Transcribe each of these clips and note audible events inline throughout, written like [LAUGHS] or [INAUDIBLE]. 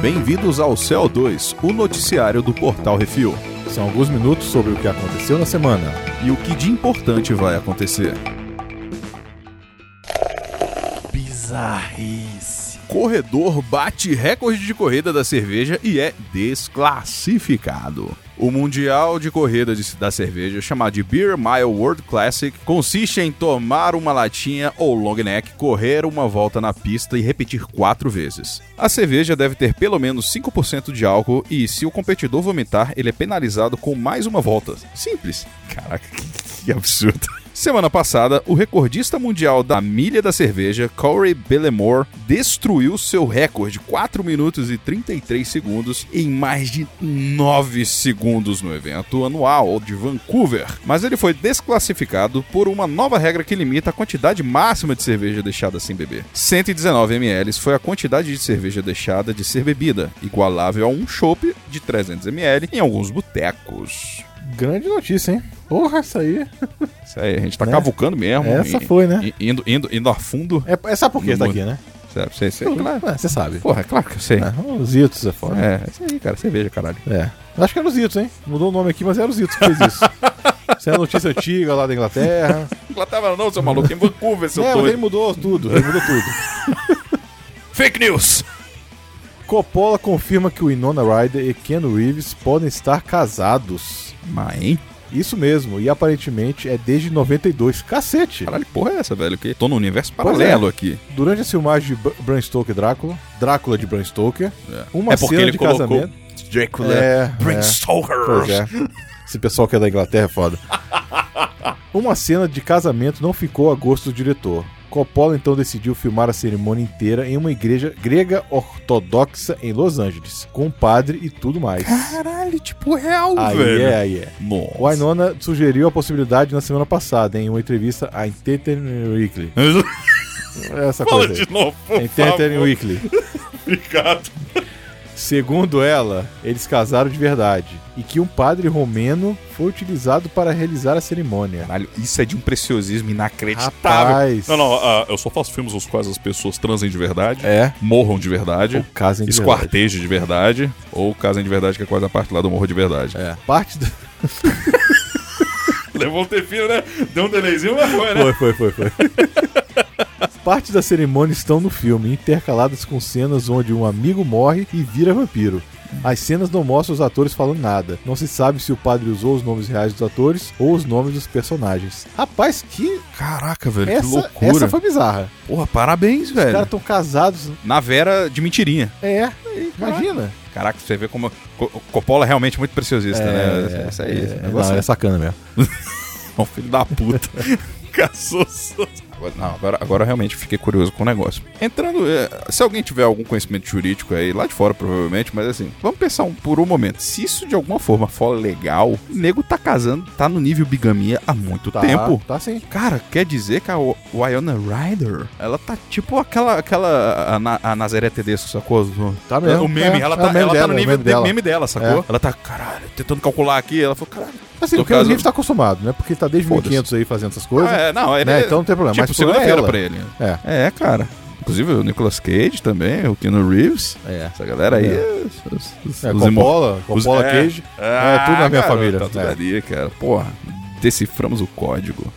Bem-vindos ao Céu 2, o noticiário do Portal Refil. São alguns minutos sobre o que aconteceu na semana. E o que de importante vai acontecer? Bizarrice. Corredor bate recorde de corrida da cerveja e é desclassificado. O Mundial de Corrida de- da Cerveja, chamado de Beer Mile World Classic, consiste em tomar uma latinha ou long neck, correr uma volta na pista e repetir quatro vezes. A cerveja deve ter pelo menos 5% de álcool e, se o competidor vomitar, ele é penalizado com mais uma volta. Simples. Caraca, que, que absurdo. Semana passada, o recordista mundial da milha da cerveja, Corey Bellemore, destruiu seu recorde 4 minutos e 33 segundos em mais de 9 segundos no evento anual de Vancouver. Mas ele foi desclassificado por uma nova regra que limita a quantidade máxima de cerveja deixada sem beber. 119 ml foi a quantidade de cerveja deixada de ser bebida, igualável a um chopp de 300 ml em alguns botecos. Grande notícia, hein? Porra, essa aí. Isso aí, a gente tá Né? cavucando mesmo. Essa e- foi, né? I- Indo, indo, indo a fundo. É, é sabe por que No tá mundo. aqui, né? Sabe? Você, você, claro. É, Você sabe. Porra, é claro que eu sei. É, os Itos é foda. É, é isso aí, cara. Cerveja, caralho. É. Eu Acho que era os Itos, hein? Mudou o nome aqui, mas era os Itos que fez [LAUGHS] isso. Isso é notícia antiga lá da Inglaterra. Inglaterra não, seu maluco. Em Vancouver, seu é, mas doido. ele mudou tudo. Ele mudou [LAUGHS] tudo. Fake news! Coppola confirma que o Inona Ryder e Ken Reeves podem estar casados. Mas, hein? Isso mesmo, e aparentemente é desde 92. Cacete! Caralho, que porra é essa, velho? Que tô no universo é. paralelo aqui. Durante a filmagem de Br- Bram Stoker e Drácula, Drácula de Bram Stoker, uma é porque cena ele de colocou casamento. Dracula. É, Bram é. Stoker. Pois é. Esse pessoal que é da Inglaterra é foda. Uma cena de casamento não ficou a gosto do diretor. Coppola então decidiu filmar a cerimônia inteira em uma igreja grega ortodoxa em Los Angeles, com padre e tudo mais. Caralho, tipo real, Aí velho. é, aí é. Nossa. O Ainona sugeriu a possibilidade na semana passada, em uma entrevista à Entertainment Weekly. [LAUGHS] Essa Fala coisa aí. de novo, por Entertainment favor. Weekly. Obrigado. Segundo ela, eles casaram de verdade e que um padre romeno foi utilizado para realizar a cerimônia. Caralho, isso é de um preciosismo inacreditável. Rapaz. Não, não, ah, eu só faço filmes nos quais as pessoas transem de verdade, É. morram de verdade, O caso em esquartejam de verdade, ou casem de verdade, que é quase a parte lá do morro de verdade. É. Parte do... Levou um tempinho, né? Deu um delayzinho, mas foi, né? Foi, foi, foi, [LAUGHS] foi. Partes da cerimônia estão no filme, intercaladas com cenas onde um amigo morre e vira vampiro. As cenas não mostram os atores falando nada. Não se sabe se o padre usou os nomes reais dos atores ou os nomes dos personagens. Rapaz, que, Caraca, velho, que essa, loucura. É. essa foi bizarra. Porra, parabéns, Os velho. caras estão casados. Na Vera de mentirinha. É, imagina. Tá, Caraca, você vê como. Co- Coppola é realmente muito preciosista, né? Isso aí, esse negócio é, sacana mesmo. [LAUGHS] um filho da [LAUGHS] puta. Caçou. Agora- Não, agora, agora eu realmente fiquei curioso com o negócio. Entrando, eh, se alguém tiver algum conhecimento jurídico aí, lá de fora provavelmente, mas assim, vamos pensar um- por um momento. Se isso de alguma forma for legal, o nego tá casando, tá no nível bigamia há muito Tá, tempo. Tá sim. Cara, quer dizer que a Wa- Wynonna Ryder, ela tá tipo aquela, aquela a, Na- a Nazaré Tedesco, sacou? Tá mesmo. O meme, É, ela, é tá, o meme ela tá dela, no é o nível meme de- dela. meme dela, sacou? É. Ela tá, caralho, tentando calcular aqui, ela falou, caralho, Assim, No o Keanu caso- Reeves tá acostumado, né? Porque ele tá desde Foda-se. 1500 aí fazendo essas coisas. Ah, é, não, ele, né? Então não tem problema. tipo, mas o problema segunda-feira é pra ele. ela. É, cara. Inclusive o Nicolas Cage também, o Keanu Reeves. É. É. Essa galera aí. É. É. Os, os, É, os imor- Coppola, Coppola é. Cage. é tudo na minha cara, família. Tá tudo É. ali, cara. Porra, deciframos o código.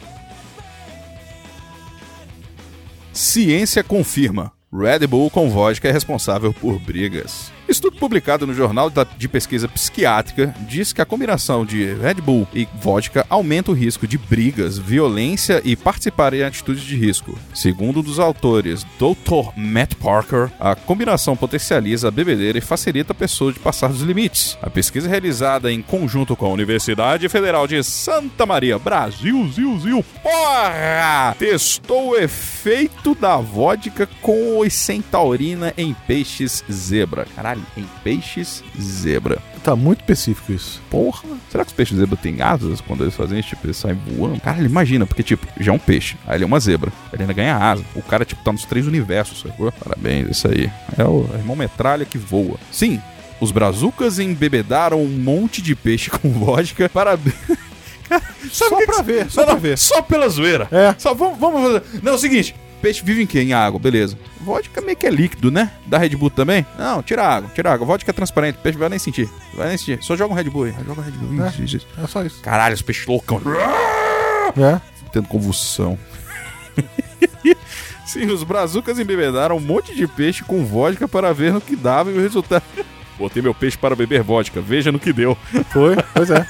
Ciência confirma. Red Bull com vodka é responsável por brigas. Estudo publicado no Jornal da- de Pesquisa Psiquiátrica diz que a combinação de Red Bull e vodka aumenta o risco de brigas, violência e participar em atitudes de risco. Segundo um dos autores, Dr. Matt Parker, a combinação potencializa a bebedeira e facilita a pessoa de passar dos limites. A pesquisa é realizada em conjunto com a Universidade Federal de Santa Maria, Brasil, Zil, Zil, porra! Testou o efeito da vodka com ou sem taurina em peixes zebra. Caralho, em peixes zebra. Tá muito específico isso. Porra, será que os peixes zebra têm asas quando eles fazem isso? Tipo, eles saem voando? Caralho, imagina, porque, tipo, já é um peixe, aí ele é uma zebra, ele ainda ganha asa. O cara, tipo, tá nos três universos, sacou? Parabéns, isso aí. É o irmão metralha que voa. Sim, os brazucas embebedaram um monte de peixe [LAUGHS] com vodka para. Cara, [LAUGHS] sabe o só que que pra ver, Não, só pra não, ver. Só pela zoeira. É. Só vamos, vamos fazer. Não, é o seguinte. Peixe vive em quê? Em água, beleza. Vodka meio que é líquido, né? Dá Red Bull também? Não, tira a água, tira a água. Vodka é transparente, peixe vai nem sentir. Vai nem sentir. Só joga um Red Bull aí. Joga um Red Bull. É. Isso, isso, isso. É só isso. Caralho, os peixes loucão. Tá. É. [LAUGHS] Tendo convulsão. [LAUGHS] Sim, os brazucas embebedaram um monte de peixe com vodka para ver no que dava e o resultado. [LAUGHS] Botei meu peixe para beber vodka, veja no que deu. [LAUGHS] Foi, pois é.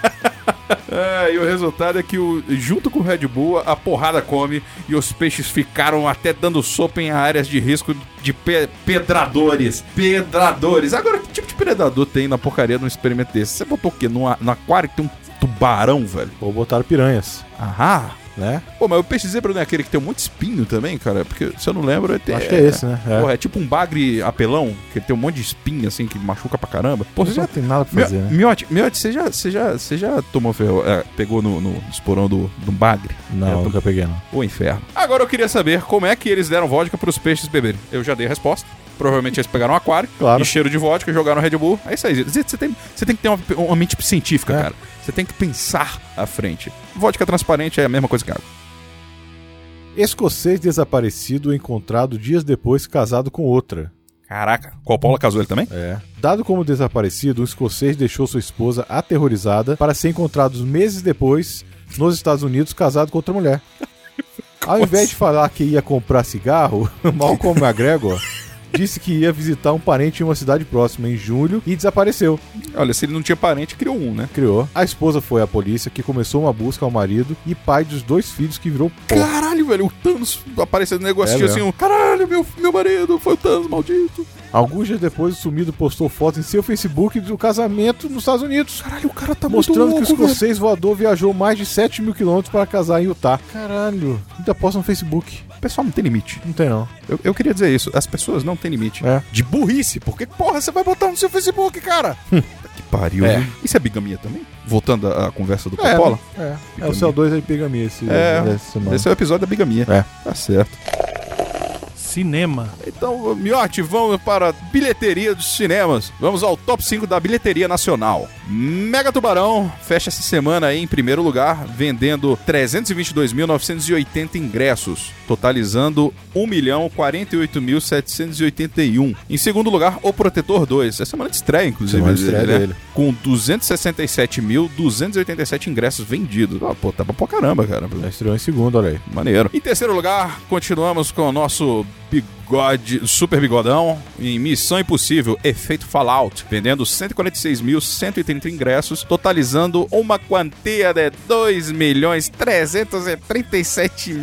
É, e o resultado é que, o, junto com o Red Bull, a porrada come e os peixes ficaram até dando sopa em áreas de risco de pe- pedradores. Pedradores. Agora, que tipo de predador tem na porcaria de um experimento desse? Você botou o quê? Num, a- num aquário que tem um tubarão, velho? Ou botaram piranhas, Aham. né? Pô, mas o peixe zebra não é aquele que tem um monte de espinho também, cara? Porque, se eu não lembro, ele tem... Acho que é esse, né? É. Porra, é tipo um bagre apelão, que ele tem um monte de espinho, assim, que machuca pra caramba. Pô, você Você já não tem nada pra Mi- fazer, né? Miote, Miote, você já, você já, você já tomou ferro, é, pegou no, no esporão do, do bagre? Não, É, nunca peguei, não. O inferno. Agora eu queria saber como é que eles deram vodka pros peixes beberem. Eu já dei a resposta. Provavelmente eles pegaram um aquário, Claro. encheram de vodka, jogaram Red Bull. É isso aí. Zito. Você tem, você tem que ter uma, uma mente científica, É. cara. Você tem que pensar à frente. Vodka transparente é a mesma coisa que água. Escocês desaparecido encontrado dias depois casado com outra. Caraca. Coppola casou ele também? É. Dado como desaparecido, um escocês deixou sua esposa aterrorizada para ser encontrado meses depois nos Estados Unidos casado com outra mulher. Ao invés de falar que ia comprar cigarro, [LAUGHS] Malcolm McGregor disse que ia visitar um parente em uma cidade próxima em julho e desapareceu. Olha, se ele não tinha parente, criou um, né? Criou. A esposa foi à polícia, que começou uma busca ao marido e pai dos dois filhos que virou pó. Caralho, velho, o Thanos aparecendo no negocinho É assim, um, caralho, meu, meu marido, foi o Thanos, maldito. Alguns dias depois, o sumido postou foto em seu Facebook do casamento nos Estados Unidos. Caralho, o cara tá Mostrando que o muito louco, escocês voador viajou mais de 7 mil quilômetros para casar em Utah. Caralho. Ainda posta no Facebook. O pessoal não tem limite. Não tem, não. Eu, eu queria dizer isso. As pessoas não têm limite. É. De burrice. Porque, porra, você vai botar no seu Facebook, cara. que pariu. É. viu? Isso é bigamia também? Voltando à, à conversa do Coppola. É. É o CO2 aí pega esse. É. essa semana. Esse é o episódio da bigamia. É. Tá certo. Cinema. Então, Miotti, vamos para a bilheteria dos cinemas. Vamos ao top 5 da bilheteria nacional. Mega Tubarão fecha essa semana aí em primeiro lugar, vendendo 322.980 ingressos, totalizando 1.048.781. Em segundo lugar, O Protetor 2. É semana de estreia, inclusive. Semana de estreia né? dele. Com 267.287 ingressos vendidos. Ah, pô, tá bom pra caramba, cara. Já É, Estreou em segundo, olha aí. Maneiro. Em terceiro lugar, continuamos com o nosso bigode, super bigodão, em Missão Impossível, Efeito Fallout, vendendo 146.130 ingressos, totalizando uma quantia de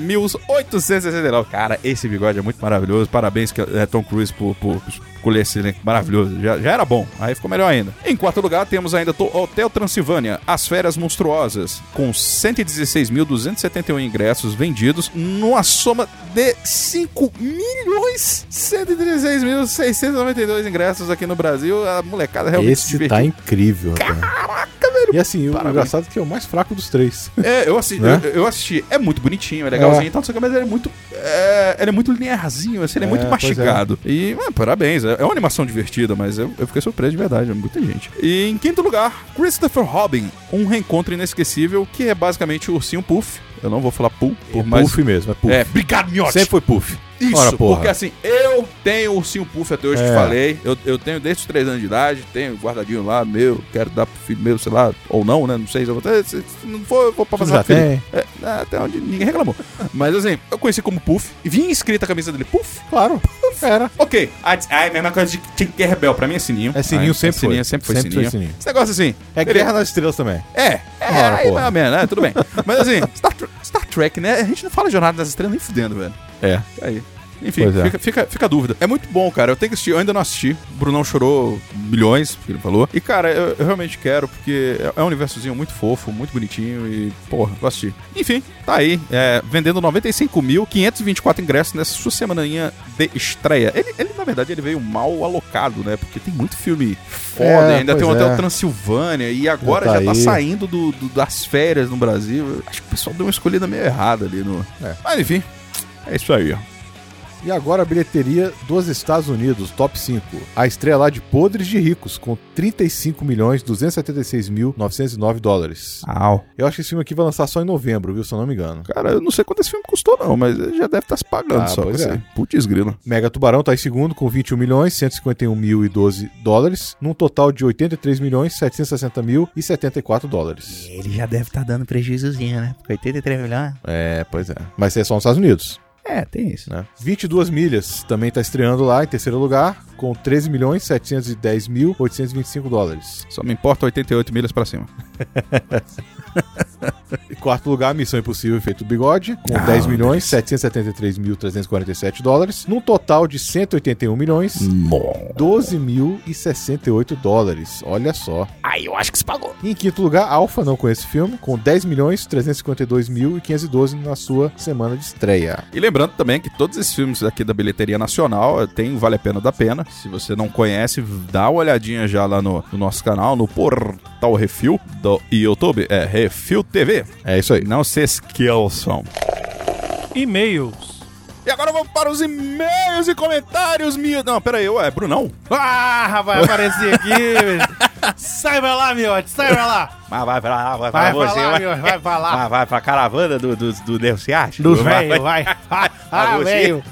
2.337.869. Cara, esse bigode é muito maravilhoso. Parabéns, que- eh, Tom Cruise, por, por escolher esse elenco maravilhoso. Já, já era bom, aí ficou melhor ainda. Em quarto lugar, temos ainda to- Hotel Transilvânia, As Férias Monstruosas, com 116.271 ingressos vendidos, numa soma de 5.116.692 ingressos aqui no Brasil. A molecada realmente se esse divertiu. tá incrível, Caraca, velho. E assim, o Parabéns. engraçado é que é o mais fraco dos três. É, eu assisti, Né? eu, eu assisti. É muito bonitinho, é legalzinho e tal, não sei o que, mas ele é muito. É, ele é muito linearzinho, assim, ele é, É, muito pois é. mastigado. E é, parabéns, é é uma animação divertida, mas eu, eu fiquei surpreso de verdade, é muita gente. E em quinto lugar, Christopher Robin, um reencontro inesquecível, que é basicamente o ursinho Puff. Eu não vou falar Puff, por mais. Puff mesmo, é Puff. É, obrigado, Miotti. Sempre foi Puff. Isso, Ora, porra. porque assim, eu tenho o ursinho puff até hoje, É. te falei. Eu, eu tenho desde os 3 anos de idade, tenho guardadinho lá, meu, quero dar pro filho meu, sei lá, ou não, né? Não sei, se eu vou ter. Se se não for, eu vou pra fazer Você já uma filha. É, tem? é, até onde ninguém reclamou. Mas assim, eu conheci como Puff e vinha escrita a camisa dele, Puff. Claro. Era. Ok. Ah, é a mesma coisa de Tim Kerbel, pra mim é sininho. É sininho, Ah, sempre sininho, foi. sempre foi Sempre foi sininho. sininho. Esse negócio assim. É ele- Guerra nas Estrelas também. É, é, Ora, aí, porra. mais ou menos, né? Tudo bem. Mas assim, Star, Tre- Star Trek, né? A gente não fala Jornada das Estrelas nem fudendo, velho. É. Aí. Enfim, Pois é. fica, fica, fica a dúvida. É muito bom, cara. Eu tenho que assistir. Eu ainda não assisti. O Brunão chorou milhões, porque ele falou. E, cara, eu, eu realmente quero, porque é- é um universozinho muito fofo, muito bonitinho e, porra, vou assistir. Enfim, tá aí. É, vendendo 95.524 ingressos nessa sua semaninha de estreia. Ele, ele, na verdade, ele veio mal alocado, né? Porque tem muito filme foda. É, ainda tem o pois Hotel é. Transilvânia e agora já Já tá, tá aí. saindo do- do- das férias no Brasil. Eu Acho que o pessoal deu uma escolhida meio errada ali no... É. Mas, enfim, é isso aí, ó. E agora a bilheteria dos Estados Unidos, top 5. A estreia lá de Podres de Ricos, com 35 milhões 276.909 dólares. Au. Eu acho que esse filme aqui vai lançar só em novembro, viu? Se eu não me engano. Cara, eu não sei quanto esse filme custou, não, mas ele já deve estar se pagando Ah, só. pois com é. esse- Putz, grila. Mega Tubarão tá em segundo com 21 milhões 151 mil e 12 dólares, num total de 83 milhões 760 mil e 74 dólares. Ele já deve estar dando prejuízozinho, né? Porque 83 milhões. É, pois é. Mas isso é só nos Estados Unidos, É, tem isso. né? 22 milhas também tá estreando lá em terceiro lugar, com 13 milhões 710 mil 825 dólares. Só me importa 88 milhas pra cima. Em quarto lugar, Missão Impossível Feito Bigode, com Ah, 10 milhões delícia. 773 mil 347 dólares, num total de 181 milhões 12.068 dólares. Olha só. Aí eu acho que se pagou. Em quinto lugar, Alpha, não conhece o filme, com 10 milhões 352.512 na sua semana de estreia. E lembrando também que todos esses filmes aqui da bilheteria nacional eh, tem o Vale a Pena da Pena. Se você não conhece, dá uma olhadinha já lá no, no nosso canal, no portal Refil do YouTube. É, Refil TV. É isso aí. Não se esqueçam. E-mails. E agora vamos para os e-mails e comentários, minha. Não, pera aí, ué, Brunão. Ah, vai aparecer aqui. [LAUGHS] Sai pra lá, miote, sai pra lá. Mas vai pra lá, vai Vai pra pra você, lá, vai. miote, vai pra lá. Vai, vai pra caravana do, do, do Deus se acha? Dos Vai, velhos, vai. Ah, você. velho.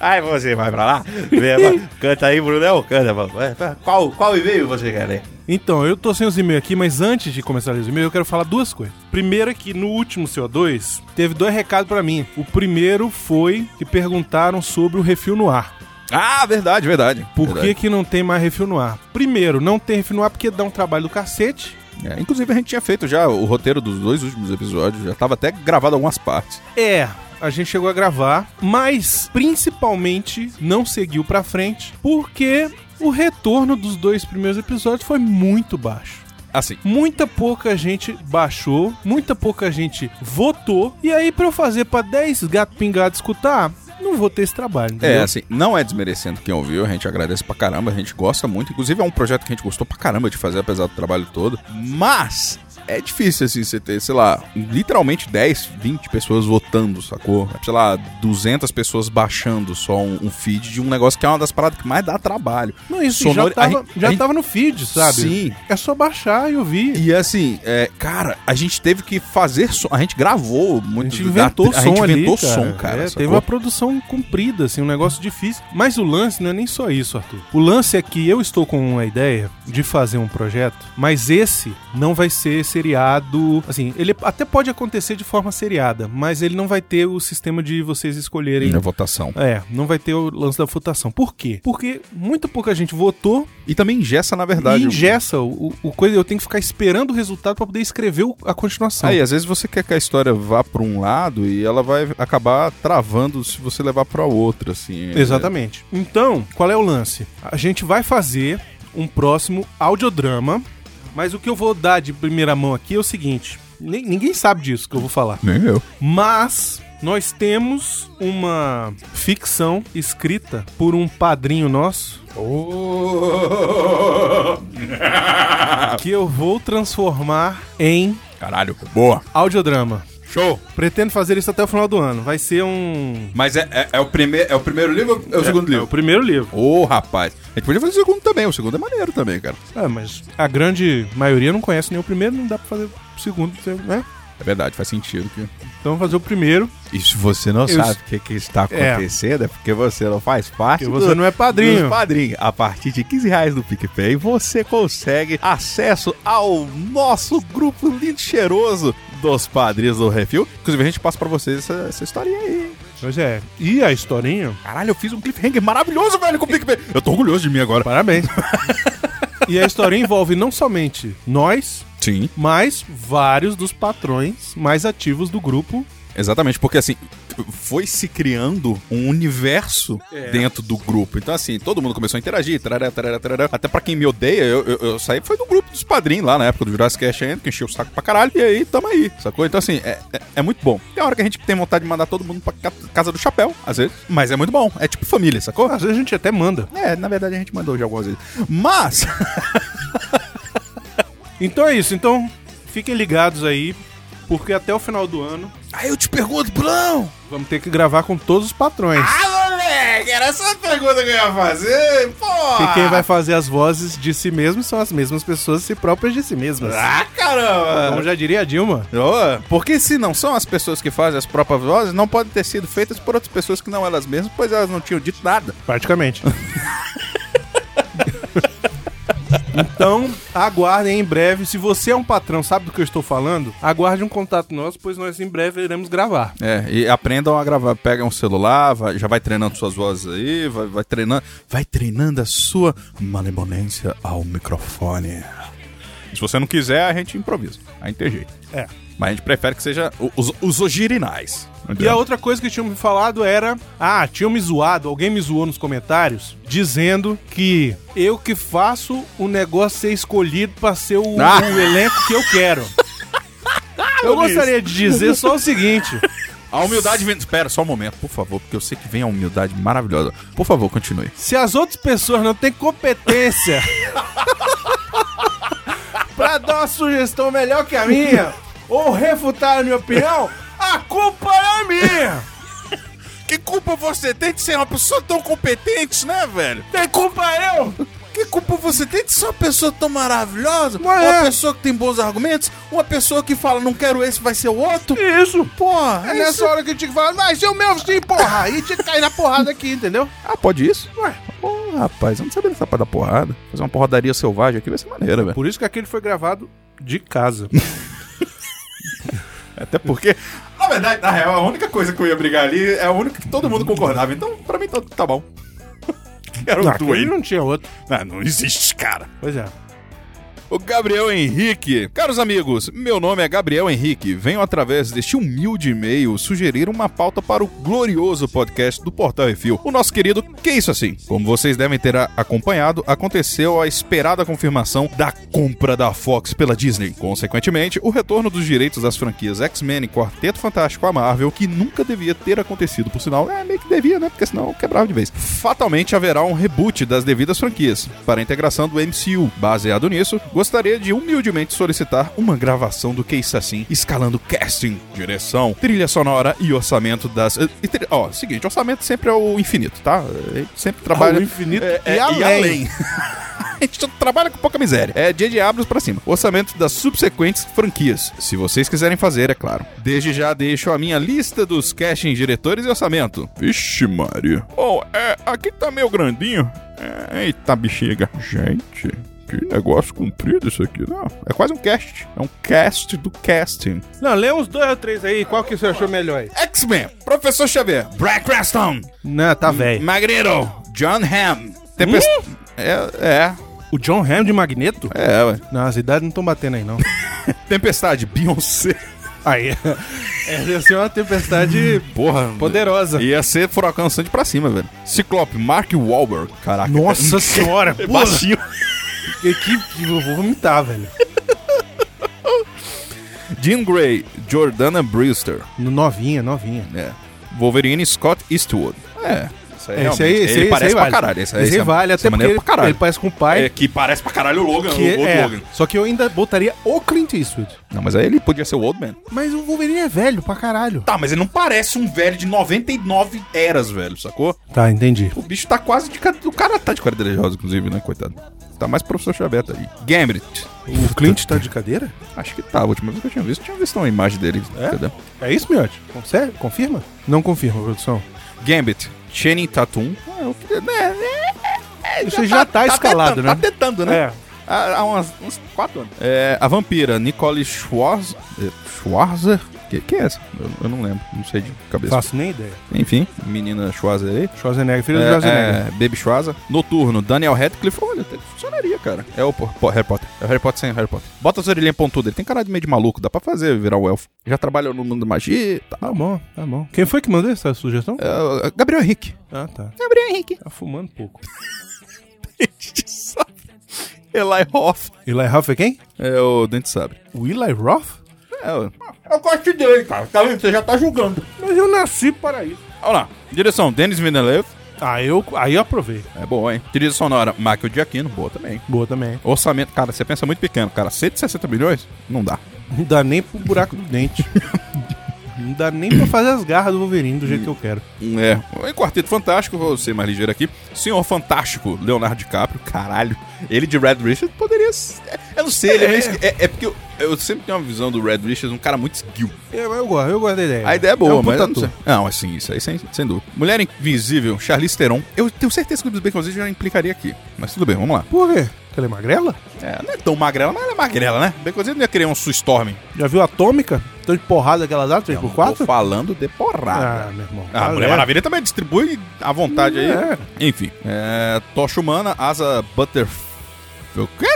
Ai, você vai pra lá? Vê, vai. canta aí, Brunão, canta. vai. Qual, qual e-mail você quer ler? Então, eu tô sem os e-mails aqui, mas antes de começar os e-mails, eu quero falar duas coisas. Primeiro é que no último CO2, teve dois recados pra mim. O primeiro foi que perguntaram sobre o refil no ar. Ah, verdade, verdade. Por Verdade. que, que não tem mais refil no ar? Primeiro, não tem refil no ar porque dá um trabalho do cacete. É, inclusive, a gente tinha feito já o roteiro dos dois últimos episódios, já tava até gravado algumas partes. É, a gente chegou a gravar, mas principalmente não seguiu pra frente porque o retorno dos dois primeiros episódios foi muito baixo. Assim, Muita pouca gente baixou, muita pouca gente votou, e aí pra eu fazer pra 10 gato pingado escutar, não vou ter esse trabalho, entendeu? é, assim, não é desmerecendo quem ouviu, a gente agradece pra caramba, a gente gosta muito. Inclusive, é um projeto que a gente gostou pra caramba de fazer, apesar do trabalho todo. Mas. É difícil, assim, você ter, sei lá, literalmente 10, 20 pessoas votando, sacou? É, Sei lá, 200 pessoas baixando só um, um feed de um negócio que é uma das paradas que mais dá trabalho. Não, isso É, Sonora- já, tava, a gente- já a gente- tava no feed, sabe? Sim, É só baixar e ouvir. E assim, é, cara, a gente teve que fazer som. A gente gravou A muito. gente inventou a, som gente ali, inventou cara. som, cara. É, sacou? teve uma produção comprida, assim, um negócio difícil. Mas o lance não é nem só isso, Arthur. O lance é que eu estou com uma ideia de fazer um projeto, mas esse não vai ser seriado. Assim, ele até pode acontecer de forma seriada, mas ele não vai ter o sistema de vocês escolherem. Na votação. É, não vai ter o lance da votação. Por quê? Porque muito pouca gente votou E também ingessa, na verdade. e ingessa o, o coisa. Eu tenho que ficar esperando o resultado para poder escrever o- a continuação. Aí, às vezes você quer que a história vá pra um lado e ela vai acabar travando se você levar pra outra, assim. Exatamente. Então, qual é o lance? A gente vai fazer um próximo audiodrama, mas o que eu vou dar de primeira mão aqui é o seguinte: ni- ninguém sabe disso que eu vou falar, Nem eu. mas nós temos uma ficção escrita por um padrinho nosso que eu vou transformar em Caralho, boa. audiodrama. Show. Pretendo fazer isso até o final do ano. Vai ser um. Mas é, é- é o, primeir, é o primeiro livro ou é o segundo É o livro? primeiro livro. Ô, rapaz. A gente podia fazer o segundo também. O segundo é maneiro também, cara. É, mas a grande maioria não conhece nem o primeiro, não dá pra fazer o segundo, né? É verdade, faz sentido que. Então vou fazer o primeiro. E se você não sabe o que, está acontecendo, é. porque você não faz parte Porque você não é padrinho. Dos padrinhos. A partir de 15 reais do PicPay, você consegue acesso ao nosso grupo lindo e cheiroso dos padrinhos do Refil. Inclusive, a gente passa pra vocês essa, essa historinha aí. Pois é. E a historinha? Caralho, eu fiz um cliffhanger maravilhoso, velho, com o PicPay. Eu tô orgulhoso de mim agora. Parabéns. e a historinha envolve não somente nós, Sim, mas vários dos patrões mais ativos do grupo. exatamente, porque assim, foi se criando um universo É. dentro do grupo. Então assim, todo mundo começou a interagir, tarará, tarará, tarará. até pra quem me odeia, eu, eu- eu saí foi do grupo dos padrinhos lá na época do Jurassic Cash ainda, que encheu o saco pra caralho, e aí tamo aí, sacou? Então assim, é, é- é muito bom. Tem hora que a gente tem vontade de mandar todo mundo pra ca- casa do chapéu, às vezes, mas é muito bom, é tipo família, sacou? Às vezes a gente até manda. É, na verdade a gente mandou já algumas vezes. Mas, [LAUGHS] Então é isso. Então fiquem ligados aí, porque até o final do ano aí eu te pergunto, Brão, vamos ter que gravar com todos os patrões. Moleque, Ah, moleque, era só a pergunta que eu ia fazer, porra! Que quem vai fazer as vozes de si mesmo são as mesmas pessoas, si próprias de si mesmas. Ah, caramba! Como já diria a Dilma. Ô, porque se não são as pessoas que fazem as próprias vozes, não podem ter sido feitas por outras pessoas que não elas mesmas, pois elas não tinham dito nada. Praticamente. [LAUGHS] Então, aguardem em breve. Se você é um patrão, sabe do que eu estou falando? Aguarde um contato nosso, pois nós em breve iremos gravar. É, e aprendam a gravar. Pega um celular, vai- já vai treinando suas vozes aí, vai, vai treinando. Vai treinando a sua malemolência ao microfone. Se você não quiser, a gente improvisa. Aí não tem jeito. É. Mas a gente prefere que seja o- os, os ogirinais. E a outra coisa que tinham me falado era: Ah, tinham me zoado, alguém me zoou nos comentários, dizendo que eu que faço o negócio ser escolhido para ser o, Ah. o elenco que eu [LAUGHS] quero. Eu gostaria de dizer só o seguinte: A humildade vem. Espera, só um momento, por favor, porque eu sei que vem a humildade maravilhosa. Por favor, continue. se as outras pessoas não [LAUGHS] têm competência para dar uma sugestão melhor que a minha, ou refutar a minha opinião, a culpa é minha! Que culpa você tem de ser uma pessoa tão competente, né, velho? Tem culpa eu! Que culpa você tem de ser uma pessoa tão maravilhosa? Mas uma é. pessoa que tem bons argumentos? Uma pessoa que fala, não quero esse, vai ser o outro? Isso! Porra, É nessa hora que eu tinha que falar, mas é o meu sim, porra! Aí tinha que cair na porrada aqui, entendeu? Ah, pode isso? Ué. Pô, rapaz, eu não sabia dessa parada da porrada. Fazer uma porradaria selvagem aqui vai ser maneira, velho. Por isso que aquele foi gravado de [LAUGHS] casa. Até porque, na verdade, na real, a única coisa que eu ia brigar ali é a única que todo mundo concordava. Então, pra mim, tá, tá bom. Quero Não, aquele não tinha outro. Ah, Não, não existe, cara. Pois é. O Gabriel Henrique. Caros amigos, meu nome é Gabriel Henrique. Venho através deste humilde e-mail sugerir uma pauta para o glorioso podcast do Portal Refil. O nosso querido Que Isso Assim. Como vocês devem ter a- acompanhado, aconteceu a esperada confirmação da compra da Fox pela Disney. Consequentemente, o retorno dos direitos das franquias X-Men e Quarteto Fantástico à Marvel, que nunca devia ter acontecido, por sinal, é meio que devia, né? Porque senão quebrava de vez. Fatalmente haverá um reboot das devidas franquias para a integração do MCU. Baseado nisso, gostaria de humildemente solicitar uma gravação do que isso assim, escalando casting, direção, trilha sonora e orçamento das. eh, e tri- Ó, seguinte, orçamento sempre é o infinito, tá? A gente sempre trabalha. Ao Ah, infinito É, é, e além. [LAUGHS] a gente só trabalha com pouca miséria. É dia de abros pra cima. Orçamento das subsequentes franquias. Se vocês quiserem fazer, é claro. Desde já deixo a minha lista dos castings diretores e orçamento. Vixe, Maria. Oh, é, aqui tá meio grandinho. É, eita, bexiga. Gente. Que negócio comprido isso aqui, não. É quase um cast. É um cast do casting. Não, lê uns dois ou três aí, qual que você achou melhor aí? X-Men, Professor Xavier, Black Creston, Não, tá velho. Magneto, John Hamm, Tempest... É, O John Ham de Magneto? é, é, ué. Não, as idades não estão batendo aí, não. Tempestade, Beyoncé. [LAUGHS] Aí. Essa ia É, ser uma tempestade Porra. poderosa. Ia ser furacão Sandy pra cima, velho. Ciclope, Mark Wahlberg. Caraca. é Nossa [LAUGHS] senhora, pô, Baixinho. que, que- que eu vou vomitar, velho. Jean Grey, Jordana Brewster. Novinha, novinha. É. Wolverine, Scott Eastwood. É. Isso aí, Esse realmente, aí, esse aí, ele esse parece aí pra vale. caralho. Esse, é- aí vale, esse é até porque maneiro ele, pra caralho. ele parece com o pai. É, que parece pra caralho o Logan, que o outro é, Logan. só que eu ainda botaria o Clint Eastwood. Não, mas aí ele podia ser o Old Man. Mas o Wolverine é velho pra caralho. Tá, mas ele não parece um velho de 99 eras, velho, sacou? Tá, entendi. O bicho tá quase de... ca- O cara tá de cara desejosa, inclusive, né, coitado. Tá mais professor Xavier aí. Gambit. O Clint tá de cadeira? Acho que tá. A última vez que eu tinha visto, tinha visto uma imagem dele. entendeu? É isso, Miotti? Sério? Confirma? Não confirma, produção. Gambit, Channing Tatum. Ah, eu queria- né, é, é, Isso já tá escalado, tentando, né? Tá tentando, né? Há, há umas- uns 4 anos. É, a vampira, Nicole Schwarz, eh, Schwarzer. Que, que é essa? Eu, eu não lembro, não sei de cabeça. Faço nem ideia. Enfim, menina Schwarzer aí. Schwarzenegger, filho do Schwarzenegger. É, é, Baby Schwarzer. Noturno, Daniel Radcliffe. Olha, até que funcionaria, cara. É o po- po- Harry Potter. É o Harry Potter sem o Harry Potter. Bota as orelhinhas pontudas. Ele tem cara de meio de maluco. Dá pra fazer virar o elfo. Já trabalhou no mundo da magia e tal. Tá bom, tá bom. Quem foi que mandou essa sugestão? É, Gabriel Henrique. Ah, tá. Gabriel Henrique. Tá fumando pouco. [LAUGHS] Eli Hoff. Eli Roth é quem? É o Dente Sabre. O Eli Roth? É, ué. Eu gosto dele, cara. Tá vendo? Você já tá julgando. Mas eu nasci para isso. Olha lá. Direção, Denis Villeneuve. Ah, eu, aí eu aprovei. É bom, hein? Trilha sonora, Michael Giacchino. Boa também. Boa também. Orçamento, cara, você pensa muito pequeno, cara. 160 milhões? Não dá. Não dá nem pro buraco do dente. Não dá nem pra fazer as garras do Wolverine do jeito que eu quero. É, em Quarteto Fantástico, vou ser mais ligeiro aqui. Senhor Fantástico, Leonardo DiCaprio, caralho. Ele de Red Richard poderia. ser- Eu não sei, ele é, meio esqui- é, é porque eu, eu sempre tenho uma visão do Red Richard um cara muito skill. Eu, eu gosto, eu gosto da ideia. A ideia é boa, um mas. puta eu Não, sei. não, assim, isso aí sem, sem dúvida. Mulher Invisível, Charlize Theron. Eu tenho certeza que o Bacon já implicaria aqui. Mas tudo bem, vamos lá. Por quê? Porque ela é magrela? É, não é tão magrela, mas ela é magrela, né? Bacon não ia querer um Sue Storm. Já viu a Atômica? Tão de É porrada que ela dá, 3x4? Tô falando de porrada. Ah, meu irmão. Ah, a Mulher Maravilha também distribui à vontade aí. Enfim, é, Tocha Humana, Asa Butterfly. O quê?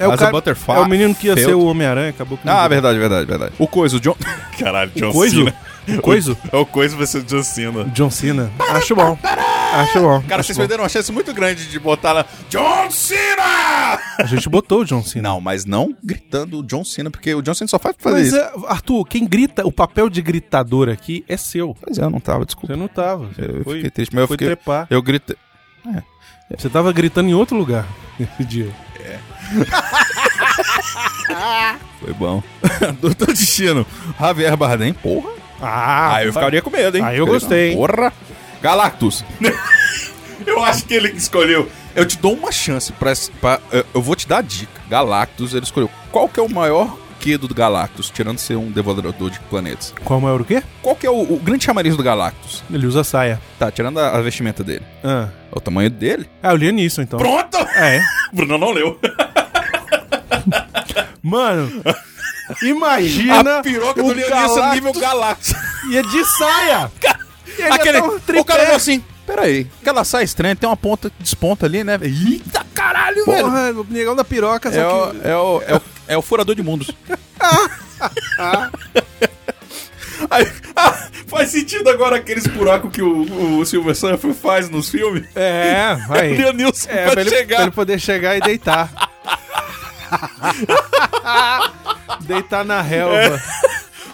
É o, Asa cara- Butterfly. é o menino que ia Felt. ser o Homem-Aranha, acabou que... Ah, verdade, verdade, verdade. O Coisa, o John. [LAUGHS] Caralho, John Coiso? Cena. [LAUGHS] Coiso? É o Coisa vai ser o John Cena. John Cena. Acho bom. Acho bom. Cara, Acho vocês bom. perderam uma chance muito grande de botar lá. John Cena! A gente botou o John Cena. Não, mas não gritando o John Cena, porque o John Cena só faz fazer Mas, isso. é, Arthur, quem grita, o papel de gritador aqui é seu. Pois é, eu não tava, desculpa. Você não tava. Eu Foi- fiquei triste, mas eu foi fiquei. trepar. Eu gritei. Você tava gritando em outro lugar [LAUGHS] esse dia. Foi bom. [LAUGHS] Doutor Destino, Javier Bardem. Porra. Ah, Aí eu ficaria com medo, hein? Aí Ah, eu Ficaria- gostei, hein? Porra. Galactus. [LAUGHS] eu acho que ele que escolheu. Eu te dou uma chance pra, esse- pra- eu- Eu vou te dar a dica. Galactus, ele escolheu. Qual que é o maior quê do Galactus, tirando ser um devorador de planetas? Qual maior o quê? Qual que é o, o grande chamariz do Galactus? Ele usa saia. Tá, tirando a, a vestimenta dele. Ah, É o tamanho dele. ah eu li nisso, então. Pronto! É. [LAUGHS] Bruno não leu. [LAUGHS] Mano, imagina A piroca o do Leonissa Galactus nível [LAUGHS] Galactus. é ia [LAUGHS] de saia. E ele ia Aquele, dar um o cara tripé. falou assim, peraí, aquela saia estranha, tem uma ponta que desponta ali, né? Eita, caralho, velho. Porra, o negão da piroca, É só que... o, é, o, é, o, é o furador de mundos. [LAUGHS] Aí, ah, faz sentido agora aqueles buracos que o, o Silver Surfer faz nos filmes. É, [LAUGHS] aí. Leonilson É, pra ele, pra ele poder chegar e deitar. [LAUGHS] deitar na relva.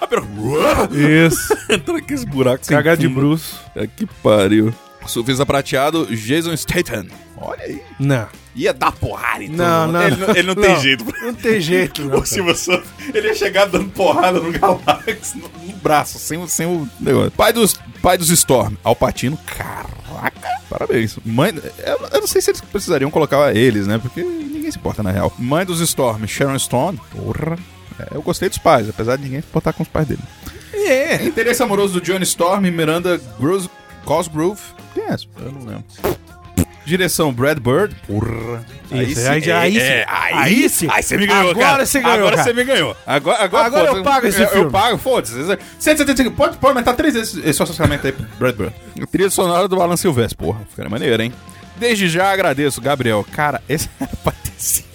Ah, pera- É. Isso. [LAUGHS] Entra aqueles buracos. sem Cagar de fundo. bruxo. É que pariu. Surfista prateado, Jason Statham. Olha aí. Não. Ia dar porrada em todo Não, mundo. não, Ele, ele não tem não. jeito. Não tem jeito, não. O Silva Santos, ele ia chegar dando porrada no Galax no, no braço, sem, o- sem o negócio. Pai dos, pai dos Storm, Alpatino, caraca, parabéns. Mãe, eu, eu não sei se eles precisariam colocar eles, né? Porque ninguém se importa na real. Mãe dos Storm, Sharon Stone, porra. É, eu gostei dos pais, apesar de ninguém se importar com os pais dele. É. Interesse amoroso do Johnny Storm, Miranda Gros, Cosgrove. Quem é essa? Eu não lembro. Direção Brad Bird. Porra. Isso, aí já- aí sim. Aí sim. é, Aí você me ganhou, Agora cara. você ganhou, Agora cara. você me ganhou. Agora, agora, Agora foda-se. eu pago é esse eu, filme. Eu pago, foda-se. 175, pode, pode aumentar três vezes esse orçamento aí pro Brad Bird. Trilha sonora do Alan Silvestre, porra. Ficaria maneiro, hein? Desde já agradeço, Gabriel. Cara, esse [LAUGHS] era pra ter sido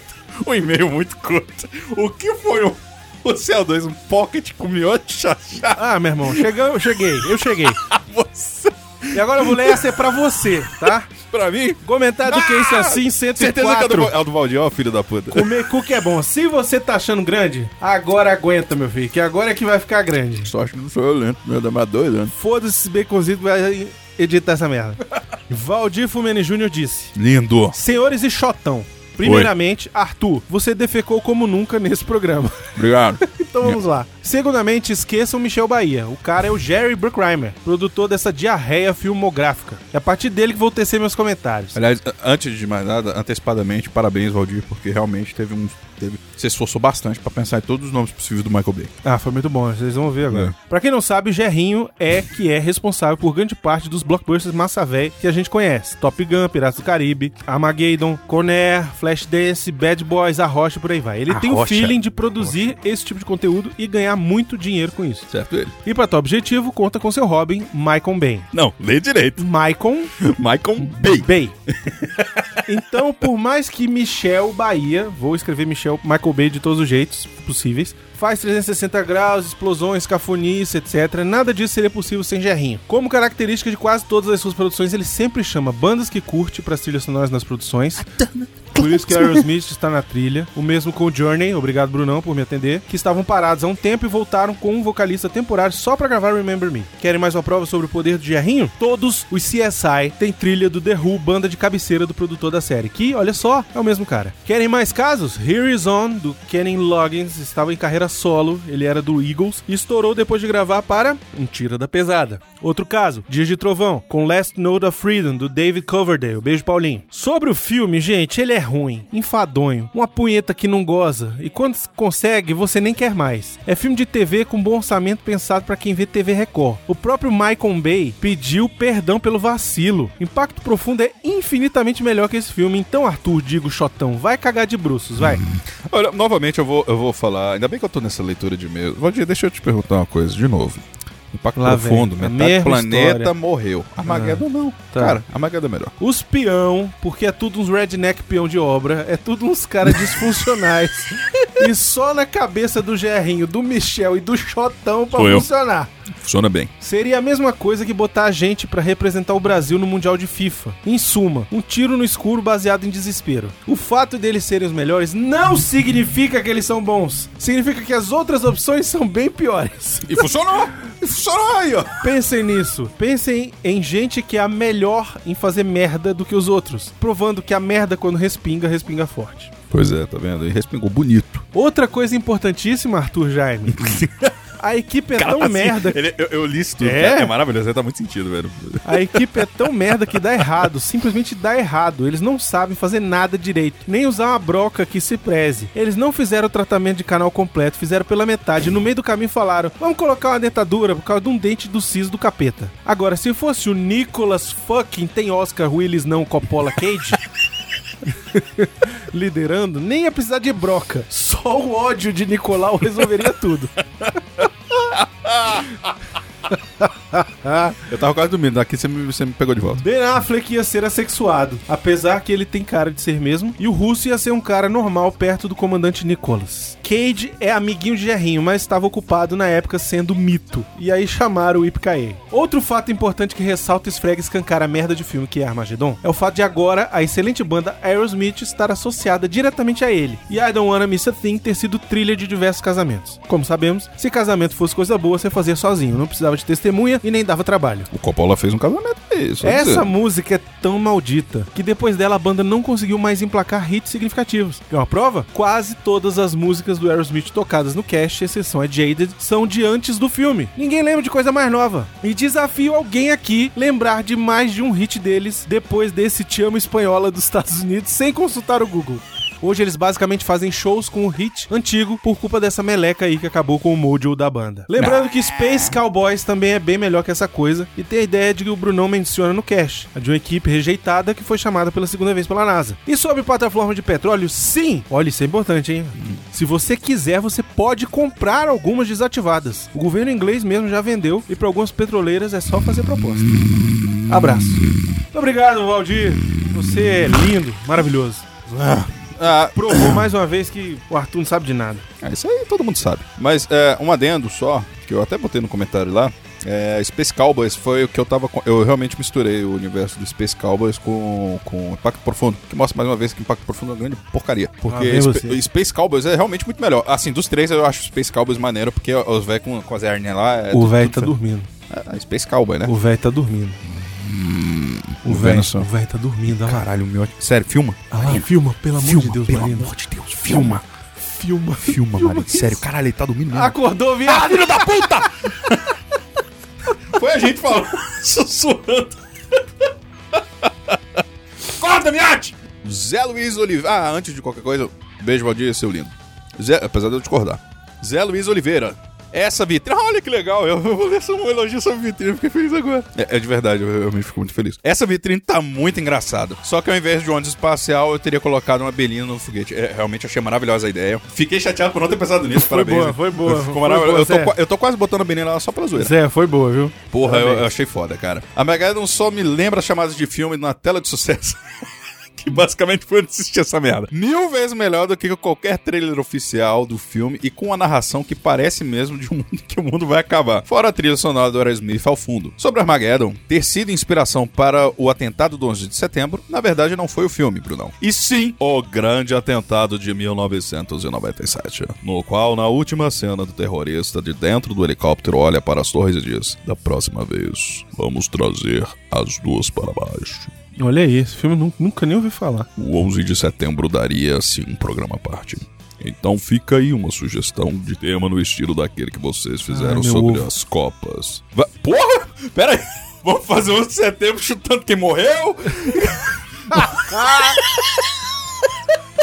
um e-mail muito curto. O que foi o, o CO2? Um pocket com miote chachá? Ah, meu irmão, chegou, eu cheguei, eu cheguei. Você, E agora eu vou ler essa é pra você, tá? pra mim, Comentário que isso Ah, assim, certeza que é 104. do, é o do Valdir, ó, filho da puta. Comer cookie é bom. Se você tá achando grande, agora aguenta, meu filho, que agora é que vai ficar grande. Só acho que não sou eu lento, meu dá mais dois anos. Foda-se esse baconzito, vai editar essa merda. Valdir Fumene Júnior disse: Lindo. Senhores e Xotão, primeiramente, Arthur, você defecou como nunca nesse programa. [LAUGHS] Obrigado. Então vamos lá. Segundamente, esqueçam Michel Bahia. O cara é o Jerry Bruckheimer, produtor dessa diarreia filmográfica. É a partir dele que vou tecer meus comentários. Aliás, a- antes de mais nada, antecipadamente, parabéns, Valdir, porque realmente teve um. Teve, você esforçou bastante pra pensar em todos os nomes possíveis do Michael Bay. Ah, foi muito bom, vocês vão ver agora. Pra quem não sabe, Gerrinho é que é responsável por grande parte dos blockbusters massa véi que a gente conhece. Top Gun, Piratas do Caribe, Armageddon, Conair, Flashdance, Bad Boys, A Rocha, por aí vai. Ele tem o Rocha. feeling de produzir esse tipo de conteúdo e ganhar muito dinheiro com isso. Certo ele? E pra tal objetivo, conta com seu Robin, Michael Bay. Não, lê direito. Michael [LAUGHS] Michael Bay. Bay. [LAUGHS] então, por mais que Michel Bahia, vou escrever Michel Michael Bay de todos os jeitos possíveis, faz 360 graus, explosões, cafonice, etc. Nada disso seria possível sem Gerrinho. Como característica de quase todas as suas produções, ele sempre chama bandas que curte para trilhas sonoras nas produções. Por isso que Aerosmith está na trilha. O mesmo com o Journey, obrigado Brunão por me atender, que estavam parados há um tempo e voltaram com um vocalista temporário só pra gravar Remember Me. Querem mais uma prova sobre o poder do Gerrinho? Todos os CSI têm trilha do The Who, banda de cabeceira do produtor da série, que, olha só, é o mesmo cara. Querem mais casos? Here Is On, do Kenny Loggins, estava em carreira solo, ele era do Eagles, e estourou depois de gravar para Um Tira da Pesada. Outro caso, Dias de Trovão, com Last Note of Freedom, do David Coverdale. Beijo, Paulinho. Sobre o filme, gente, ele é ruim, enfadonho, uma punheta que não goza, e quando se consegue, você nem quer mais. É filme de TV com bom orçamento pensado pra quem vê TV Record. O próprio Michael Bay pediu perdão pelo vacilo. Impacto Profundo é infinitamente melhor que esse filme, então, Arthur, digo, Chotão, vai cagar de bruços, vai. Olha, novamente eu vou, eu vou falar. Ainda bem que eu tô nessa leitura de e-mail. Valdir, deixa eu te perguntar uma coisa de novo. Impacto Lá vem, profundo, a metade do mesma planeta história. morreu. Armageddon não. tá. Cara, Armageddon é melhor. Os peão, porque é tudo uns redneck peão de obra, é tudo uns caras disfuncionais. e só na cabeça do Gerrinho, do Michel e do Chotão pra Sou eu. funcionar. Funciona bem. Seria a mesma coisa que botar a gente pra representar o Brasil no Mundial de FIFA. Em suma, um tiro no escuro baseado em desespero. O fato deles serem os melhores não significa que eles são bons. Significa que as outras opções são bem piores. E funcionou! E funcionou aí, ó! Pensem nisso. Pensem em gente que é a melhor em fazer merda do que os outros, provando que a merda quando respinga, respinga forte. Pois é, tá vendo? E respingou bonito. Outra coisa importantíssima, Arthur Jaime. A equipe é tão merda. Ele- eu, eu li isso tudo. É? cara. maravilhoso, tá muito sentido, velho. A equipe é tão merda que dá errado, simplesmente dá errado. Eles não sabem fazer nada direito, nem usar uma broca que se preze. Eles não fizeram o tratamento de canal completo, fizeram pela metade. No meio do caminho falaram: vamos colocar uma dentadura por causa de um dente do siso do capeta. Agora, se fosse o Nicholas fucking tem Oscar Willis, não Coppola Cage. [LAUGHS] Liderando, nem ia precisar de broca. Só o ódio de Nicolau resolveria tudo. Eu tava quase dormindo, daqui você me, você me pegou de volta. Ben Affleck ia ser assexuado, apesar que ele tem cara de ser mesmo, e o Russo ia ser um cara normal perto do comandante Nicholas. Cage é amiguinho de Gerrinho, mas estava ocupado na época sendo mito, e aí chamaram o Ipkae. Outro fato importante que ressalta e esfrega e escancara a merda de filme que é Armageddon é o fato de agora a excelente banda Aerosmith estar associada diretamente a ele, e I Don't Wanna Miss a Thing ter sido trilha de diversos casamentos. Como sabemos, se casamento fosse coisa boa, você fazia sozinho, não precisava de testemunha e nem dava trabalho. O Coppola fez um casamento aí, só Essa dizer. música é tão maldita que depois dela a banda não conseguiu mais emplacar hits significativos. Quer uma prova? Quase todas as músicas do Aerosmith tocadas no cast, exceção é Jaded, são de antes do filme. Ninguém lembra de coisa mais nova. E desafio alguém aqui lembrar de mais de um hit deles depois desse Te Amo Espanhola dos Estados Unidos sem consultar o Google. Hoje eles basicamente fazem shows com o hit antigo por culpa dessa meleca aí que acabou com o mojo da banda. Lembrando que Space Cowboys também é bem melhor que essa coisa e tem a ideia de que o Brunão menciona no cast, a de uma equipe rejeitada que foi chamada pela segunda vez pela NASA. E sobre plataforma de petróleo, sim! Olha, isso é importante, hein? Se você quiser, você pode comprar algumas desativadas. O governo inglês mesmo já vendeu e para algumas petroleiras é só fazer proposta. Abraço. Muito obrigado, Valdir. Você é lindo, maravilhoso Ah, provou mais uma vez que o Arthur não sabe de nada. É, isso aí todo mundo sabe. Mas é, um adendo só, que eu até botei no comentário lá. É, Space Cowboys foi o que eu tava. com- Eu realmente misturei o universo do Space Cowboys com, com Impacto Profundo. Que mostra mais uma vez que Impacto Profundo é uma grande porcaria. Porque Ah, bem Spa- você. Space Cowboys é realmente muito melhor. Assim, dos três eu acho Space Cowboys maneiro, porque os velhos com, com as hernias lá. É o tudo- velho tá tudo dormindo. fe- é, Space Cowboy, né? O velho tá dormindo. O o velho Venison. o velho tá dormindo. Olha lá. Caralho, meu. Sério, filma. Olha lá. Filma, pelo amor de Deus, pelo Marina. amor de Deus, filma. Filma. Filma, Marina. Sério, caralho, ele tá dormindo mesmo. Acordou, viado. Ah, filho da puta! Foi a gente falando, [LAUGHS] sussurrando. Acorda, Miate! Zé Luiz Oliveira. Ah, antes de qualquer coisa, beijo, Valdir, seu lindo. Zé, apesar de eu discordar. Zé Luiz Oliveira. Essa vitrine. Olha que legal. Eu eu vou ler só um elogio sobre vitrine, fiquei feliz agora. É, é de verdade, eu realmente fico muito feliz. Essa vitrine tá muito engraçada. Só que ao invés de um ônibus espacial, eu teria colocado uma belina no foguete. É, realmente achei maravilhosa a ideia. Fiquei chateado por não ter pensado nisso. Parabéns. boa, né? foi boa, Ficou foi maravilhoso. boa, Eu tô Zé. qua- eu tô quase botando a menina lá só pela zoeira. Zé, foi boa, viu? Porra, eu, eu achei foda, cara. A Megadon só me lembra as chamadas de filme na tela de sucesso. [LAUGHS] que que basicamente foi assistir essa merda. Mil vezes melhor do que qualquer trailer oficial do filme e com uma narração que parece mesmo de um [LAUGHS] mundo que o mundo vai acabar. Fora a trilha sonora do Aerosmith ao fundo. Sobre Armageddon, ter sido inspiração para o atentado do 11 de setembro, na verdade não foi o filme, Brunão. E sim, o grande atentado de 1997, no qual, na última cena do terrorista de dentro do helicóptero, olha para as torres e diz: Da próxima vez, vamos trazer as duas para baixo. Olha aí, esse filme eu nu- nunca nem ouvi falar. O 11 de setembro daria, assim, um programa à parte. Então fica aí uma sugestão de tema no estilo daquele que vocês fizeram meu sobre ovo. as copas. Va- Porra! Pera aí! [LAUGHS] Vamos fazer 11 de setembro chutando quem morreu?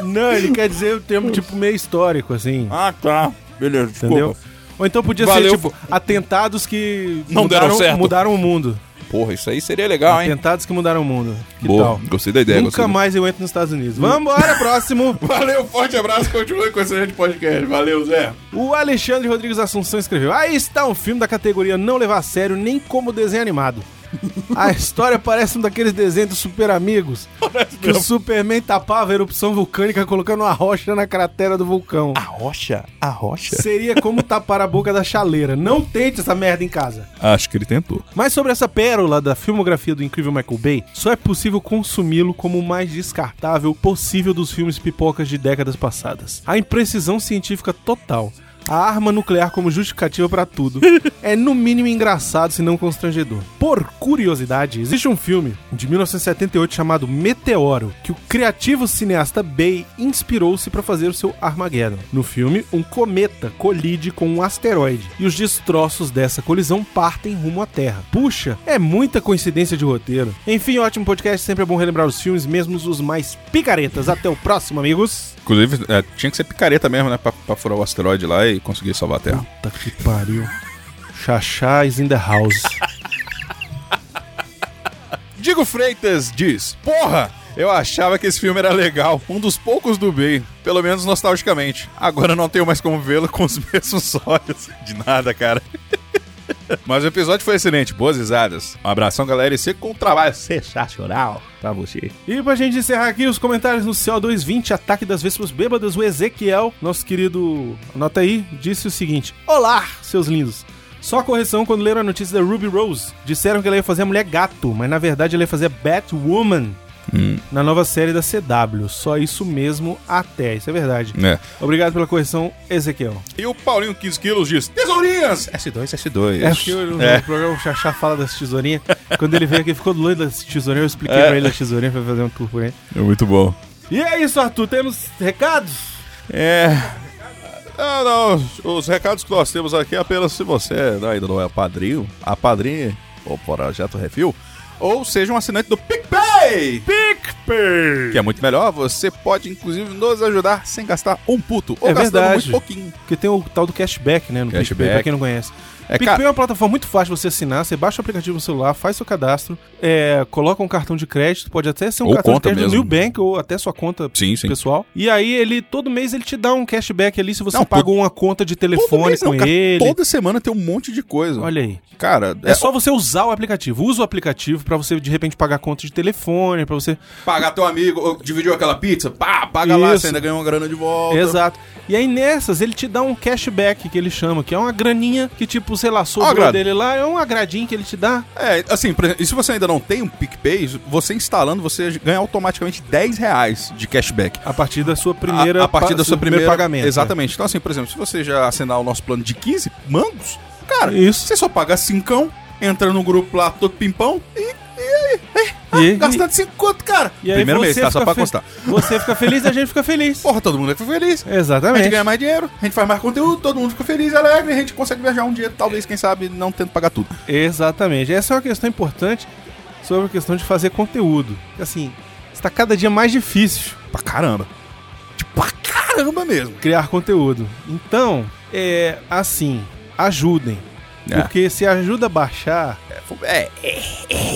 Não, ele quer dizer o termo tipo meio histórico, assim. Ah, tá. Beleza, entendeu? Ou então podia Valeu, ser tipo atentados que Não mudaram, deram certo. mudaram o mundo. Porra, isso aí seria legal, hein? Atentados que mudaram o mundo. Que Boa, tal? gostei da ideia. Nunca gostei da- mais eu entro nos Estados Unidos. Vambora, [LAUGHS] próximo! [LAUGHS] Valeu, forte abraço, continue com esse gente podcast. Valeu, Zé. O Alexandre Rodrigues Assunção escreveu: Aí está um filme da categoria Não Levar a Sério, nem como [LAUGHS] desenho animado. A história parece um daqueles desenhos dos super amigos. Que o Superman tapava a erupção vulcânica colocando uma rocha na cratera do vulcão. A rocha? A rocha? Seria como tapar a boca da chaleira. Não tente essa merda em casa. Acho que ele tentou. Mas sobre essa pérola da filmografia do incrível Michael Bay, só é possível consumi-lo como o mais descartável possível dos filmes pipocas de décadas passadas. A imprecisão científica total. A arma nuclear como justificativa para tudo é no mínimo engraçado, se não constrangedor. Por curiosidade, existe um filme de 1978 chamado Meteoro, que o criativo cineasta Bay inspirou-se para fazer o seu Armageddon. No filme, um cometa colide com um asteroide e os destroços dessa colisão partem rumo à Terra. Puxa, é muita coincidência de roteiro. Enfim, ótimo podcast, sempre é bom relembrar os filmes, mesmo os mais picaretas. Até o próximo, amigos. Inclusive, é, tinha que ser picareta mesmo, né? Pra, pra furar o asteroide lá e conseguir salvar a Terra. Puta Tá que pariu. Chachá is in the house. Diego Freitas diz: Porra! Eu achava que esse filme era legal, um dos poucos do Bay, pelo menos nostalgicamente. Agora não tenho mais como vê-lo com os [LAUGHS] mesmos olhos. De nada, cara. [LAUGHS] Mas o episódio foi excelente, boas risadas. Um abração, galera, e siga com o trabalho. Sensacional pra você. E pra gente encerrar aqui os comentários no CO220, ataque das vésperas bêbadas, o Ezequiel, nosso querido, anota aí, disse o seguinte: Olá, seus lindos. Só correção quando leram a notícia da Ruby Rose. Disseram que ela ia fazer a mulher gato, mas na verdade ela ia fazer a Batwoman na nova série da CW. Só isso mesmo até. Isso é verdade. É. Obrigado pela correção, Ezequiel. E o Paulinho 15 quilos diz: Tesourinhas! S2, S2. É porque eu- no programa o Chachá fala das tesourinhas. Quando ele veio aqui, ficou doido das tesourinhas. Eu expliquei pra ele das tesourinhas pra fazer um tour por aí. É muito bom. E é isso, Arthur. Temos recados? É. Ah, não. Os recados que nós temos aqui é apenas se você ainda não é padrinho, a padrinha, ou projeto refil, ou seja um assinante do PicPay! PicPay! Que é muito melhor, você pode inclusive nos ajudar sem gastar um puto, ou É gastando verdade. muito pouquinho. Porque tem o tal do cashback, né? No Cashback. PicPay, pra quem não conhece. É, PicPay cara, é uma plataforma muito fácil de você assinar. Você baixa o aplicativo no celular, faz seu cadastro, é, coloca um cartão de crédito, pode até ser um Ou cartão de conta crédito mesmo. do Nubank ou até sua conta sim, sim. pessoal. E aí ele, todo mês, ele te dá um cashback ali se você Não, pagou uma conta de telefone mês é um com não, cara, ele. Toda semana tem um monte de coisa. Olha aí. cara, É, só você usar o aplicativo. Usa o aplicativo pra você, de repente, pagar conta de telefone, pra você pagar teu amigo, ou dividiu aquela pizza, pá, paga lá, Isso. você ainda ganhou uma grana de volta. Exato. E aí nessas ele te dá um cashback que ele chama, que é uma graninha que tipo, sei lá, Ó, sobrou grana. dele lá, é um agradinho que ele te dá. É, assim, por exemplo, e se você ainda não tem um PicPay, você instalando, você ganha automaticamente 10 reais de cashback. A partir da sua primeira a, a partir pa- da sua do primeira primeiro pagamento. é. Exatamente. Então, assim, por exemplo, se você já assinar o nosso plano de 15 mangos, cara, Isso. você só paga 5, entra no grupo lá todo pimpão e né? E, tá gastando 5 quanto, cara. e, e aí Primeiro você mês, tá? Só fica pra fe- constar. Você fica feliz, a gente fica feliz. Porra, todo mundo fica feliz. A gente Exatamente. ganha mais dinheiro, a gente faz mais conteúdo, todo mundo fica feliz, alegre, a gente consegue viajar um dia, talvez, quem sabe, não tendo que pagar tudo. Exatamente. Essa é uma questão importante sobre a questão de fazer conteúdo. Assim, está cada dia mais difícil Pra caramba. Tipo, pra caramba mesmo. criar conteúdo. Então, é assim, ajudem. É. Porque se ajuda a baixar, É,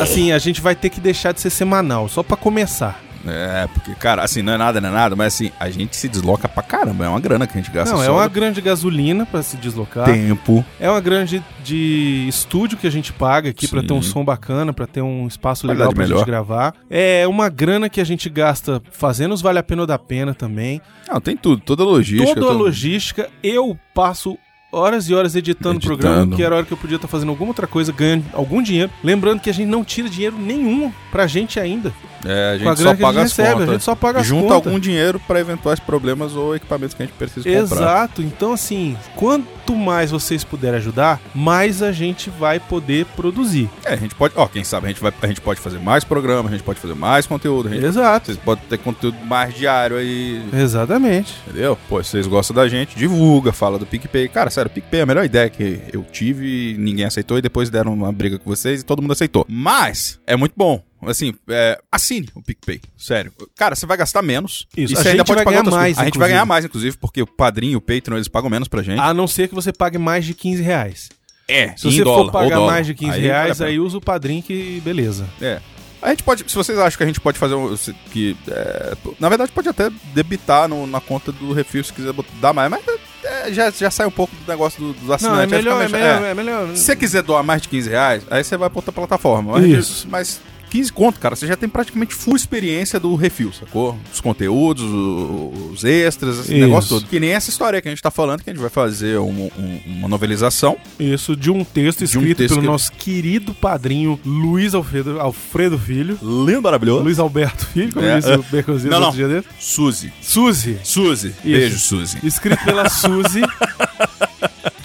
Assim, a gente vai ter que deixar de ser semanal, só pra começar. É, porque, cara, assim, não é nada, não é nada, mas assim, a gente se desloca pra caramba. É uma grana que a gente gasta Não, é só uma do grande gasolina pra se deslocar. tempo. É uma grande de estúdio que a gente paga aqui pra Sim. ter um som bacana, pra ter um espaço legal Qualidade pra melhor. gente gravar. É uma grana que a gente gasta fazendo os Vale a Pena ou da Pena também. Não, tem tudo, toda a logística. Toda a todo- logística, eu passo horas e horas editando o Editando. programa, que era a hora que eu podia estar fazendo alguma outra coisa, ganhando algum dinheiro. Lembrando que a gente não tira dinheiro nenhum pra gente ainda. É, a com a gente grana só que a gente paga as recebe, contas. a gente só paga as Junta contas. algum dinheiro pra eventuais problemas ou equipamentos que a gente precisa comprar. Exato. Então, assim, quanto mais vocês puderem ajudar, mais a gente vai poder produzir. É, a gente pode, ó, quem sabe a gente, vai, a gente pode fazer mais programa, a gente pode fazer mais conteúdo, a gente, Exato. vocês podem ter conteúdo mais diário aí, Exatamente. Entendeu? Pô, se vocês gostam da gente, divulga, fala do PicPay. Cara, sério, PicPay é a melhor ideia que eu tive, ninguém aceitou e depois deram uma briga com vocês e todo mundo aceitou. Mas é muito bom. Assim, é, assine o PicPay, sério. Cara, você vai gastar menos. Isso, e a você gente ainda pode vai pagar ganhar outras coisas. A gente mais, vai inclusive. ganhar mais, inclusive, porque o padrinho e o Patreon, eles pagam menos pra gente. A não ser que você pague mais de 15 reais. é, Se você for pagar mais de 15 reais, vale a aí usa o padrinho que beleza. pena. A gente pode, se vocês acham que a gente pode fazer um, se- que, é, pô, na verdade, pode até debitar no- na conta do refil se quiser botar- dar mais, mas é, já, já sai um pouco do negócio do, dos assinantes. Não, é vai ficar melhor, é meio- melhor, é melhor. Se você quiser doar mais de 15 reais, aí você vai pra outra plataforma. Mas, Isso. Mas 15 conto, cara, você já tem praticamente full experiência do refil, sacou? Os conteúdos, o- os extras, esse Isso. negócio todo. Que nem essa história que a gente tá falando, que a gente vai fazer um- um- uma novelização. Isso, de um texto De um escrito texto pelo que- nosso querido padrinho Luiz Alfredo, Alfredo Filho. Lindo, maravilhoso. Luiz Alberto Filho, como É. disse o Becozinho Não, no não. outro dia dele. Suzy. Suzy, Suzy. Beijo, Suzy. escrito pela [LAUGHS] Suzy,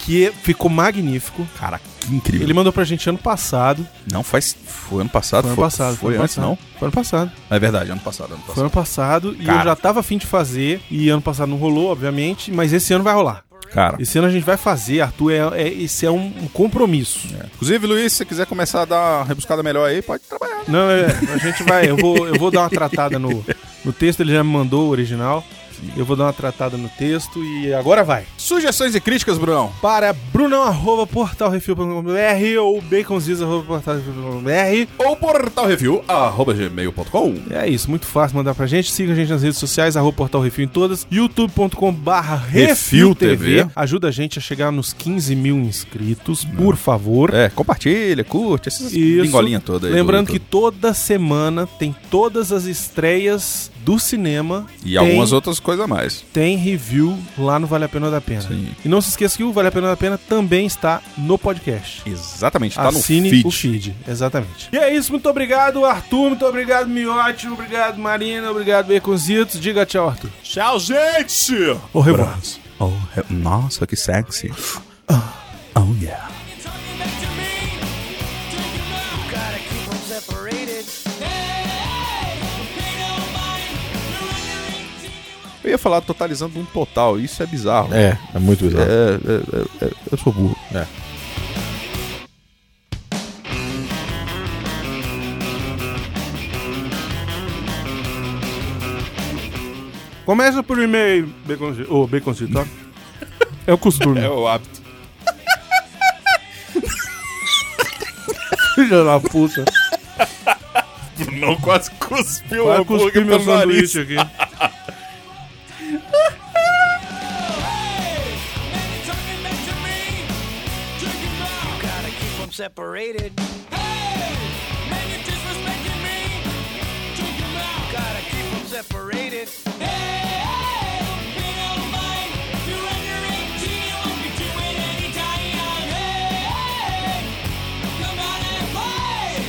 que ficou magnífico. Cara, que incrível. Ele mandou pra gente ano passado. Não faz. Foi ano passado? Foi ano passado. Foi, ano antes, passado. não? Foi ano passado. É verdade, ano passado, ano Foi passado. ano passado e Cara. eu já tava afim de fazer. E ano passado não rolou, obviamente, mas esse ano vai rolar. Cara. Esse ano a gente vai fazer, Arthur. É, é- esse é um, um compromisso. Inclusive, Luiz, se você quiser começar a dar uma rebuscada melhor aí, pode trabalhar. Não, é, a gente vai. Eu vou, eu vou dar uma tratada no, no texto, ele já me mandou o original. Eu vou dar uma tratada no texto e agora vai. Sugestões e críticas, Brunão. Para brunão.portalrefil.com.br ou baconziz.portalrefil.com.br. ou portalreview@gmail.com. É isso, muito fácil mandar pra gente. Siga a gente nas redes sociais, arroba Portal Refil em todas, youtube.com.br Refil TV. TV. Ajuda a gente a chegar nos 15 mil inscritos, por favor. É, compartilha, curte, essas Isso. pingolinhas todas aí. Lembrando do- que toda semana tem todas as estreias do cinema. E Tem- algumas outras coisas a mais. Tem review lá no Vale a Pena ou da Pena. Sim. E não se esqueça que o Vale a Pena ou da Pena também está no podcast. Exatamente, tá no Assine feed. o feed, exatamente. E é isso, muito obrigado, Arthur, muito obrigado, Miotti, obrigado, Marina, obrigado, Beconzitos. Diga tchau, Arthur. Tchau, gente! O revoar. Oh, re- Nossa, que sexy. Oh, yeah. Gotta keep 'em separated. Eu ia falar totalizando um total, isso é bizarro. É, é muito bizarro. é, é, é, eu sou burro. Começa por e-mail, Beconzitos. Ô, Beconzitos, tá? É o [LAUGHS] costume. É o hábito. [LAUGHS] Filha da puta. Não quase cuspiu Vai cuspir meu sanduíche aqui. Hey, talking back to me. Drink 'em up. Gotta keep 'em separated. Hey, man, you're disrespecting me. Drink 'em up. Gotta keep 'em separated. Hey, hey, you don't mind. You're under 18, you won't be doing any dying. Hey, hey, come on and play.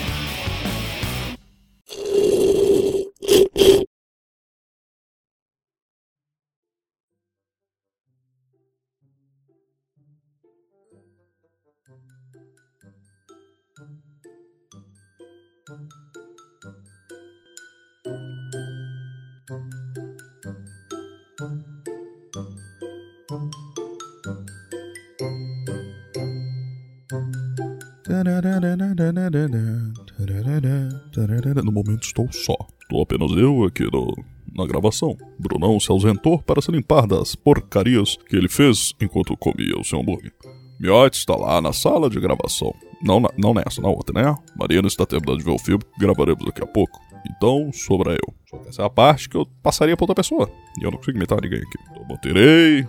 No momento estou só. Tô apenas eu aqui no, na gravação. Brunão se ausentou para se limpar das porcarias que ele fez enquanto comia o seu hambúrguer. Miotti está lá na sala de gravação. Não, na- não nessa, na outra, né? Mariana está terminando de ver o filme que gravaremos daqui a pouco. Então, sobra eu. Só Essa é a parte que eu passaria pra outra pessoa. E eu não consigo imitar ninguém aqui. Então eu baterei.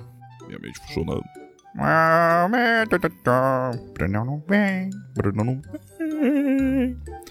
Minha mente funcionando. Bruno não vem. Bruno não vem.